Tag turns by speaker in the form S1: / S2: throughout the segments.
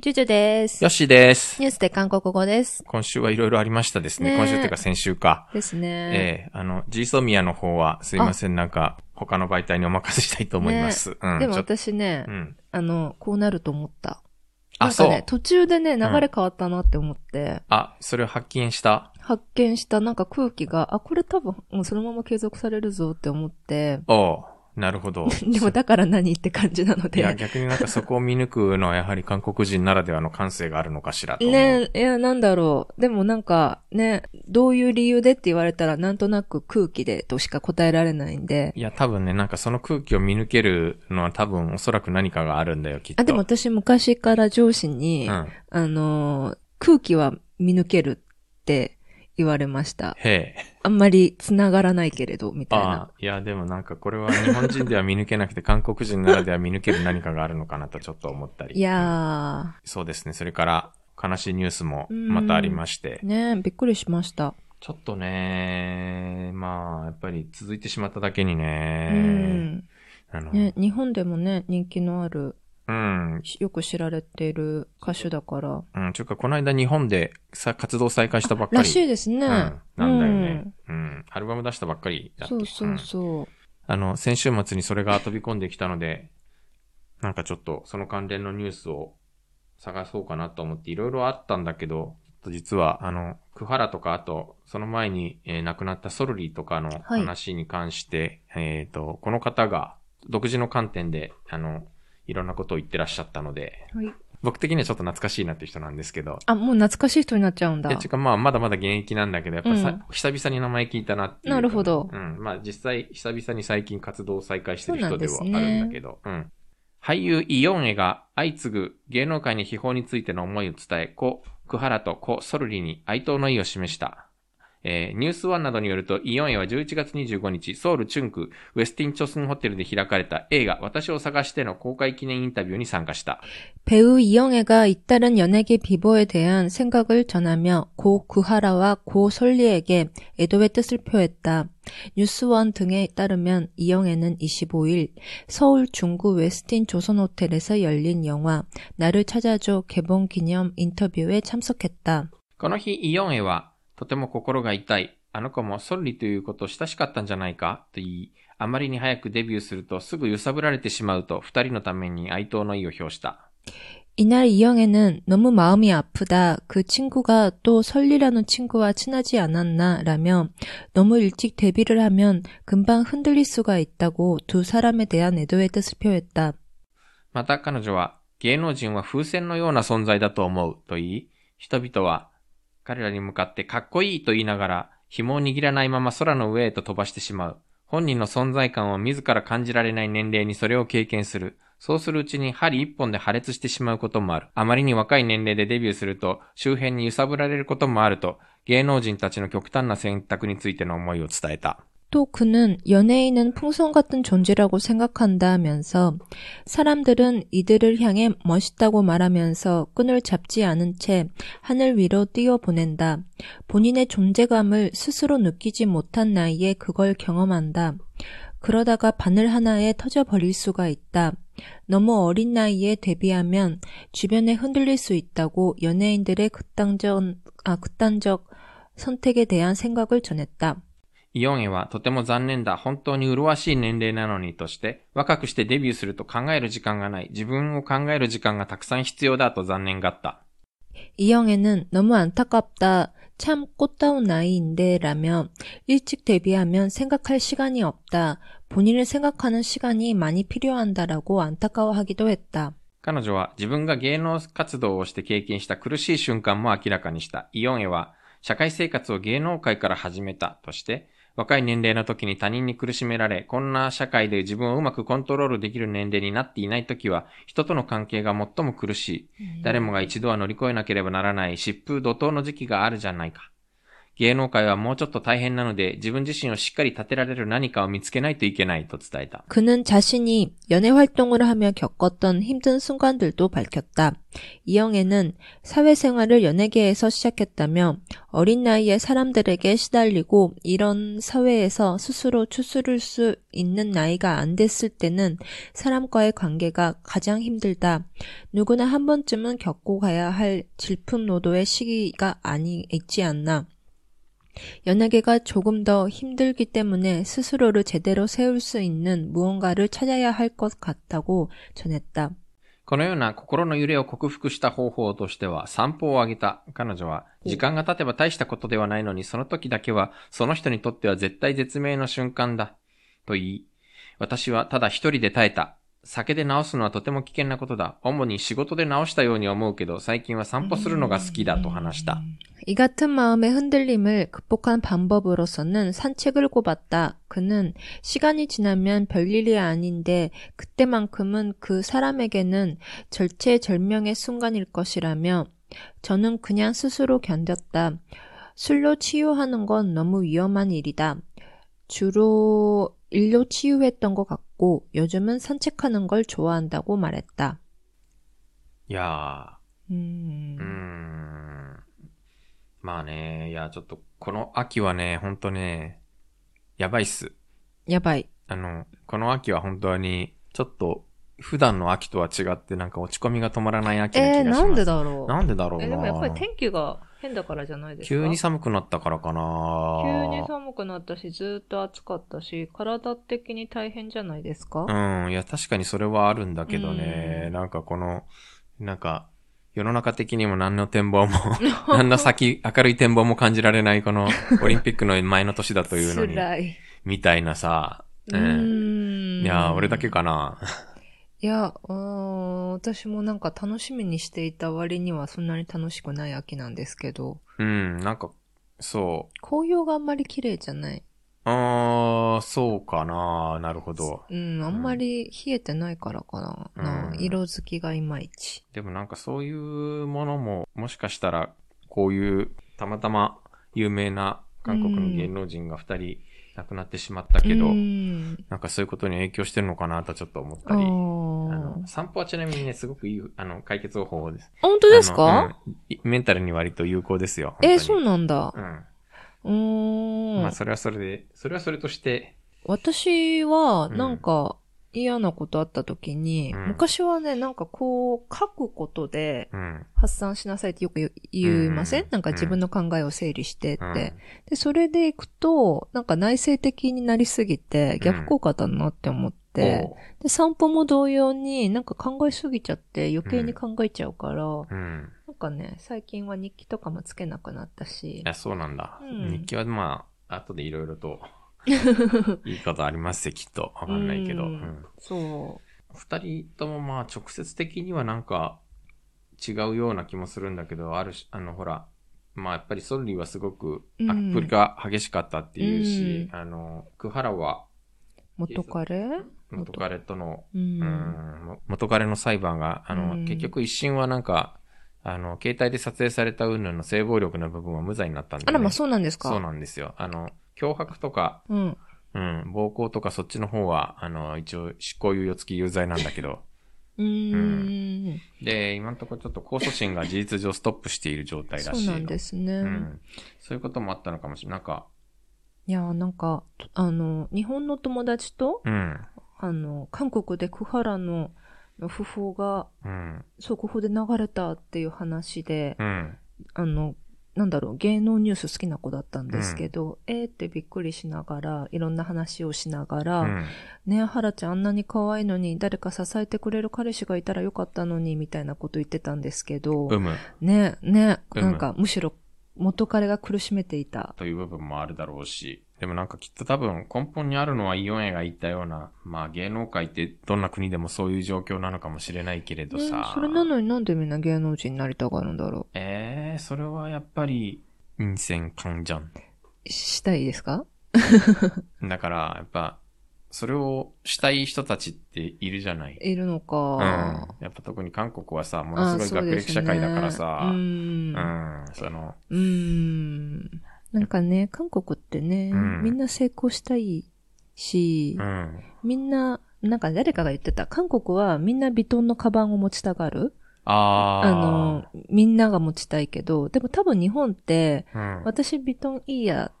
S1: ジュジュです。
S2: よっしーです。
S1: ニュースで韓国語です。
S2: 今週はいろいろありましたですね。
S1: ねえ
S2: 今週というか先週か。
S1: ですね。
S2: ええあの、ジーソミアの方は、すいません、なんか、他の媒体にお任せしたいと思います。うん、
S1: でも
S2: ちょっと、
S1: 私ね、
S2: うん。
S1: あの、こうなると思った。な
S2: あ、
S1: んか
S2: そう。
S1: ね、途中でね、流れ変わったなって思って、
S2: あ、それを発見した。
S1: 発見したなんか空気が、あ、これ多分、もうそのまま継続されるぞって思って、
S2: おうなるほど。
S1: でもだから何って感じなの
S2: いや、
S1: で。
S2: 逆になんかそこを見抜くのは、やはり韓国人ならではの感性があるのかしらと思う。
S1: ねいや、なんだろう。でもなんか、ね、どういう理由でって言われたら、なんとなく空気でとしか答えられないんで。
S2: いや、多分ね、なんかその空気を見抜けるのは多分おそらく何かがあるんだよ、きっと。
S1: あ、でも、私昔から上司
S2: う
S1: に、
S2: ん。
S1: あのー、空気は見抜けるって言われました。
S2: へえ。
S1: あんまり繋がらないけれど、みたい
S2: あ
S1: な。
S2: あ、いや、でもなんかこれは日本人では見抜けなくて、韓国人ならでは見抜ける何かがあるのかなとちょっと思ったり。
S1: いや
S2: そうですね。それから、悲しいニュースも
S1: うん
S2: またありまして
S1: ー、。ねえびっくりしました。
S2: ちょっとね、まあ、やっぱり続いてしまっただけに
S1: う
S2: ね、
S1: ん。
S2: あの、
S1: ね、日本でもね、人気のある、
S2: うん、
S1: しよく知られている歌手だから。
S2: うん、ちゅうかこの間日本でさ活動再開したばっからり。
S1: しいですね。
S2: うん、なんだよね、うん。アルバム出したばっかり
S1: うん。
S2: だって
S1: そうそ
S2: ん
S1: うそう。
S2: あの、先週末にそれが飛び込んできたので、なんかちょっとその関連のニュースを探そうかなと思っていろいろあったんだけど、ちょっと実はあの、クハラとか、あと、その前に、えー亡くなったソルリーとかの
S1: はい
S2: 話に関して、えっ、と、この方が独自の観点で、あの、いろんなことを言ってらっしゃったので、
S1: はい
S2: 僕的にはちょっと懐かしいなっていう人なんですけど、
S1: あ、もう懐かしい人になっちゃうんだ
S2: いや、。てかまあ、まだまだ現役なんだけど、やっぱさ、
S1: うん
S2: 久々に名前聞いたなっていうかね、
S1: なるほど
S2: うん。まあ、実際、久々に最近活動を再開してる人では
S1: そう
S2: ある
S1: なんですね
S2: んだけど、うん。俳優イ・ヨンエが相次ぐ芸能界に批評についての思いを伝え、故、クハラと故、ソルリに哀悼の意を示した。えーニュースワンなどによると、イ・ヨンエは11月25日、ソウルチュンク、ウェスティンチョスンホテルで開かれた映画、私を探しての公開記念インタビューに参加した。
S1: 배우 이영애가 잇따른 연예계 비보에 대한 생각을 전하며 고 구하라와 고 설리에게 애도의 뜻을 표했다. 뉴스원 등에 따르면 이영애는 25일 서울 중구 웨스틴 조선호텔에서 열린 영화 나를 찾아줘 개봉 기념 인터뷰에 참석했다.
S2: この日、イヨンエは、とても心が痛い。あの子もソルリということを親しかったんじゃないかと言い、あまりに早くデビューするとすぐ揺さぶられてしまうと、二人のために哀悼の意を表した。
S1: 이날 이영애는 너무 마음이 아프다. 그 친구가 또 설리라는 친구와 친하지 않았나 라며 너무 일찍 데뷔를 하면 금방 흔들릴 수가 있다고 두 사람에 대한 애도의 뜻을 표했다.
S2: また彼女は、芸能人は風船のような存在だと思うと言い、人々は、彼らに向かってかっこいいと言いながら、紐を握らないまま空の上へと飛ばしてしまう。本人の存在感を自ら感じられない年齢にそれを経験する。そうするうちに針一本で破裂してしまうこともある。あまりに若い年齢でデビューすると、周辺に揺さぶられることもあると、芸能人たちの極端な選択についての思いを伝えた。
S1: 또 그는 연예인은 풍선 같은 존재라고 생각한다 하면서 사람들은 이들을 향해 멋있다고 말하면서 끈을 잡지 않은 채 하늘 위로 뛰어보낸다. 본인의 존재감을 스스로 느끼지 못한 나이에 그걸 경험한다. 그러다가 바늘 하나에 터져버릴 수가 있다. 너무 어린 나이에 데뷔하면 주변에 흔들릴 수 있다고 연예인들의 극단적, 아, 극단적 선택에 대한 생각을 전했다.
S2: イヨンエはとても残念だ、本当に麗しい年齢なのにとして、若くしてデビューすると考える時間がない、自分を考える時間がたくさん必要だと残念がった。
S1: 이영애는 너무 안타깝다. 참 꽃다운 나이인데 라며 일찍 데뷔하면 생각할 시간이 없다. 본인을 생각하는 시간이 많이 필요한다라고 안타까워하기도 했다.
S2: 彼女は自分が芸能活動をして経験した苦しい瞬間も明らかにした。イヨンエは社会生活を芸能界から始めたとして、若い年齢の時に他人に苦しめられ、こんな社会で自分をうまくコントロールできる年齢になっていない時は、人との関係が最も苦しい。誰もが一度は乗り越えなければならない疾風怒涛の時期があるじゃないか。芸能界はもうちょっと大変なので自分自身をしっかり立てられる何かを見つけないといけないと伝えた。
S1: 그는 자신이 연애 활동을 하며 겪었던 힘든 순간들도 밝혔다. 이영애는 사회생활을 연예계에서 시작했다며 어린 나이에 사람들에게 시달리고 이런 사회에서 스스로 추스를 수 있는 나이가 안 됐을 때는 사람과의 관계가 가장 힘들다. 누구나 한 번쯤은 겪고 가야 할 질풍노도의 시기가 아니 있지 않나. 연예계가 조금 더 힘들기 때문에 스스로를 제대로 세울 수 있는 무언가를 찾아야 할 것 같다고 전했다.
S2: このような心の揺れを克服した方法としては散歩をあげた彼女は
S1: お
S2: 時間が経てば大したことではないのにその時だけはその人にとっては絶対絶命の瞬間だと言い私はただ一人で耐えた酒で治すのはとても危険なことだ主に仕事で治したように思うけど最近は散歩するのが好きだと話した
S1: 이 같은 마음의 흔들림을 극복한 방법으로서는 산책을 꼽았다. 그는 시간이 지나면 별일이 아닌데 그때만큼은 그 사람에게는 절체절명의 순간일 것이라며 저는 그냥 스스로 견뎠다. 술로 치유하는 건 너무 위험한 일이다. 주로 일로 치유했던 것 같고 요즘은 산책하는 걸 좋아한다고 말했다.
S2: いやー
S1: 음.
S2: うーんまあね、いや、ちょっと、この秋はね、ほんとね、やばいっす。
S1: 야바이.
S2: あの、この秋は本当に、ちょっと、普段の秋とは違って、なんか落ち込みが止まらない秋な気が
S1: 에,
S2: します。
S1: 난데 다로.
S2: なんでだろう
S1: えでもやっぱり
S2: な
S1: 天気が変だからじゃないですか
S2: 急に寒くなったからか
S1: 急に
S2: な
S1: 寒くなったしずーっと暑かったし体的に大変じゃないですか、
S2: うん、いや、確かにそれはあるんだけどね
S1: う。ん
S2: なんかこの、なんか、世の中的にも何の 展望も、何の先、明るい展望も感じられない、この、オリンピックの前の年だというのに、
S1: 辛い
S2: みたいなさ、
S1: うーん
S2: いやー、俺だけかな。
S1: いやうーん私もなんか楽しみにしていた割にはそんなに楽しくない秋なんですけど
S2: うん、なんか、そ。
S1: 紅葉があんまり綺麗じゃないう
S2: あー、そうかな。なるほど。
S1: うんあんまり冷えてないからかな,な、
S2: うん
S1: 色づきがいまいち
S2: でもなんかそういうものも、もしかしたら、こういう、たまたま有名な韓国の芸能人が二人亡くなってしまったけど、
S1: うん
S2: なんかそういうことに影響してるのかなとちょっと思った
S1: あ
S2: り。あ
S1: ー
S2: の散歩はちなみにね、すごくいい、あの、解決方法です。
S1: あ本当です
S2: あ
S1: か、
S2: のうんいメンタルに割と有効ですよ。
S1: えーそう
S2: な
S1: なんだ、
S2: うん。
S1: うーん。
S2: まあ、それはそれで、それはそれとして、
S1: 私は、なんか、嫌なことあった時に、
S2: うん
S1: 昔はね、なんかこう、書くことで
S2: うん。
S1: 発散しなさいってよく言う言いません、
S2: うん
S1: なんか自分の考えを整理してって。
S2: うん
S1: で、それで行くと、なんか内省的になりすぎて、逆効果だなって思って、
S2: おう
S1: で、散歩も同様に、なんか考えすぎちゃって余計に考えちゃうから、
S2: うん。
S1: なんかね、最近は日記とかもつけなくなったし
S2: い、や、そうなんだ。
S1: うん
S2: 日記はまあ、後でいろい ろと、いいことありますよ、きっと。わかんないけど。
S1: う
S2: うんん
S1: そ
S2: 二、人ともまあ、直接的にはなんか、違うような気もするんだけど、あるし、あの、ほら、まあ、やっぱりソルリはすごく、
S1: うん
S2: アップルが激しかったっていうし、
S1: う
S2: あの、クハラは、
S1: う、元彼
S2: 元彼との、
S1: う。
S2: うんん、元彼の裁判が、あの、
S1: うん
S2: 結局一審はなんか、あの、携帯で撮影された云々の性暴力の部分は無罪になったんだ
S1: あ
S2: よね
S1: ら、まあそうなんですか
S2: そうなんですよ。あの、脅迫とか、
S1: うん。
S2: うん、暴行とかそっちの方は、あの、一応執行猶予付き有罪なんだけど、
S1: うーん。
S2: で、今のところちょっと控訴審が事実上ストップしている状態ら
S1: そ
S2: し
S1: う
S2: いの。
S1: なんですね。
S2: うんそういうこともあったのかもしれない。なんか、
S1: いやー、なんか、あの、日本の友達と、
S2: うん、
S1: あの、韓国でクハラの訃報が
S2: うん、
S1: 速報で流れたっていう話で、
S2: うん、
S1: あの、なんだろう、芸能ニュース好きな子だったんですけど、えーってびっくりしながら、いろんな話をしながら、
S2: うん、
S1: ねえ、ハラちゃんあんなに可愛いのに、誰か支えてくれる彼氏がいたらよかったのに、みたいなこと言ってたんですけど、
S2: 有無
S1: ねえ、ねえ、
S2: う
S1: な
S2: ん
S1: んか、むしろ元彼が苦しめていた。
S2: という部分もあるだろうし、でもなんかきっと多分根本にあるのはイオンエが言ったような、まあ芸能界ってどんな国でもそういう状況なのかもしれないけれど
S1: ね
S2: さ。
S1: それなのになんでみんな芸能人になりたがるんだろ
S2: ええそれはやっぱり、陰線感じゃん。
S1: う。ししたいですか
S2: だから、やっぱ、それをしたい人たちっているじゃない。
S1: いるの
S2: うん。
S1: か。
S2: やっぱ特に韓国はさ、も
S1: あ
S2: の
S1: ー
S2: す
S1: そ
S2: ご
S1: う
S2: い学
S1: で
S2: 歴社会だからさ、
S1: う。
S2: うんん、その、
S1: うん。なんかね、韓国ってね、
S2: うん
S1: みんな成功したいし、
S2: うん。
S1: みんな、なんか誰かが言ってた、韓国はみんなビトンのカバンを持ちたがる。
S2: あ
S1: あ
S2: ー。
S1: の、みんなが持ちたいけど、でも多分日本って、
S2: うん、
S1: 私ビトンいいやっ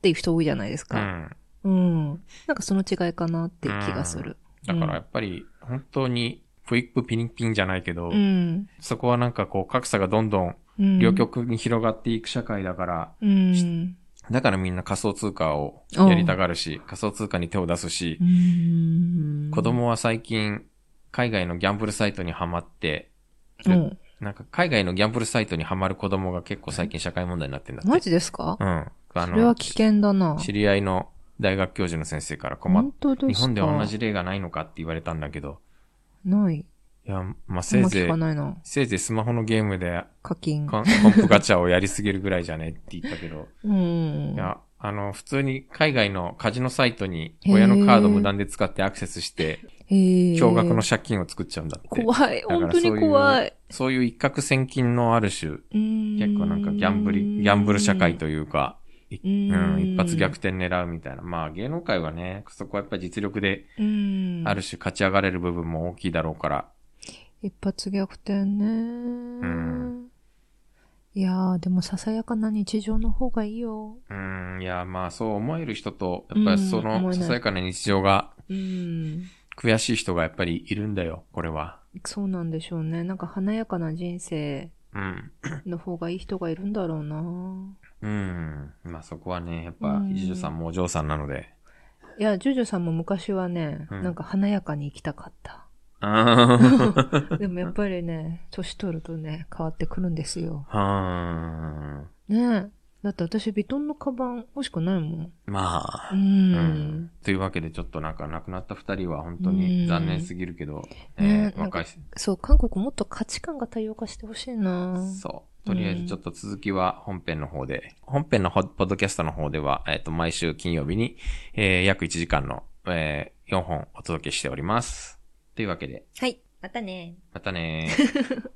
S1: ていう人多いじゃないです
S2: う
S1: か。
S2: ん。
S1: うん。なんかその違いかなっていう気がする。
S2: だからやっぱり、本当に、フイップピンピンじゃないけど、
S1: うん。
S2: そこはなんかこう、格差がどんどん
S1: うん。
S2: 両極に広がっていく社会だから、
S1: うん。
S2: だからみんな仮想通貨をやりたがるし、仮想通貨に手を出すし
S1: う、ん。
S2: 子供は最近、海外のギャンブルサイトにはまって、
S1: うん。
S2: なんか海外のギャンブルサイトにはまる子供が結構最近社会問題になってんだって。
S1: マジですか
S2: うん。あ
S1: それは
S2: の、
S1: 危険だな。
S2: 知り合いの大学教授の先生から困っ
S1: 本当ですか
S2: 日本では同じ例がないのかって言われたんだけど、
S1: ない。
S2: いや、まあ、
S1: あ
S2: せ
S1: ん
S2: い
S1: ま
S2: ぜ
S1: 聞
S2: い
S1: か、ないな。
S2: せいぜいスマホのゲームで
S1: 課金。
S2: コン コンプガチャをやりすぎるぐらいじゃねって言ったけど、
S1: うん。
S2: いや、あの、普通に海外のカジノサイトに親のカード無断で使ってアクセスして、
S1: へー
S2: 驚愕の借金を作っちゃうんだって。
S1: 怖い。
S2: から
S1: 本当に怖い。
S2: そういう一攫千金のある種、
S1: 結
S2: 結構なんかギャンブル、ギャンブル社会と
S1: いう
S2: いうか、い
S1: うん
S2: うん、一発逆転狙うみたいな。まあ芸能界はね、そこはやっぱり実力で
S1: ーん。うん
S2: ある種勝ち上がれる部分も大きいだろうから、
S1: 一発逆転ね。
S2: ん
S1: いやー、でもささやかな日常の方がいいよ。
S2: うん、いや、まあそう思える人と、やっぱりそ
S1: うん思
S2: の
S1: えない
S2: ささやかな日常が
S1: うん。
S2: 悔しい人がやっぱりいるんだよ、これは。
S1: そうなんでしょうね。なんか華やかな人生
S2: うん。
S1: の方がいい人がいるんだろうな。
S2: うん。まあそこはね、やっぱ
S1: う、ん
S2: 一女さんもお嬢さんなので。
S1: いや、ジョジョさんも昔はね、
S2: うん
S1: なんか華やかに生きたかった。
S2: あー
S1: でもやっぱりね、年取るとね、変わってくるんですよ。
S2: は
S1: ねえ。だって私、ビトンのカバン欲しくないもん。
S2: ーん。ま
S1: う。
S2: あ。うんというわけで、ちょっとなんか亡くなった二人は本当に残念すぎるけど、
S1: うん
S2: ね
S1: ね
S2: 若いし、
S1: そう、韓国もっと価値観が多様化してほしいな
S2: そう。とりあえずちょっと続きは本編の方で、本編のほポッドキャストの方では、えっ、と、毎週金曜日に、えー約1時間の、え4本お届けしております。というわけで、
S1: はい。またね。
S2: またねー。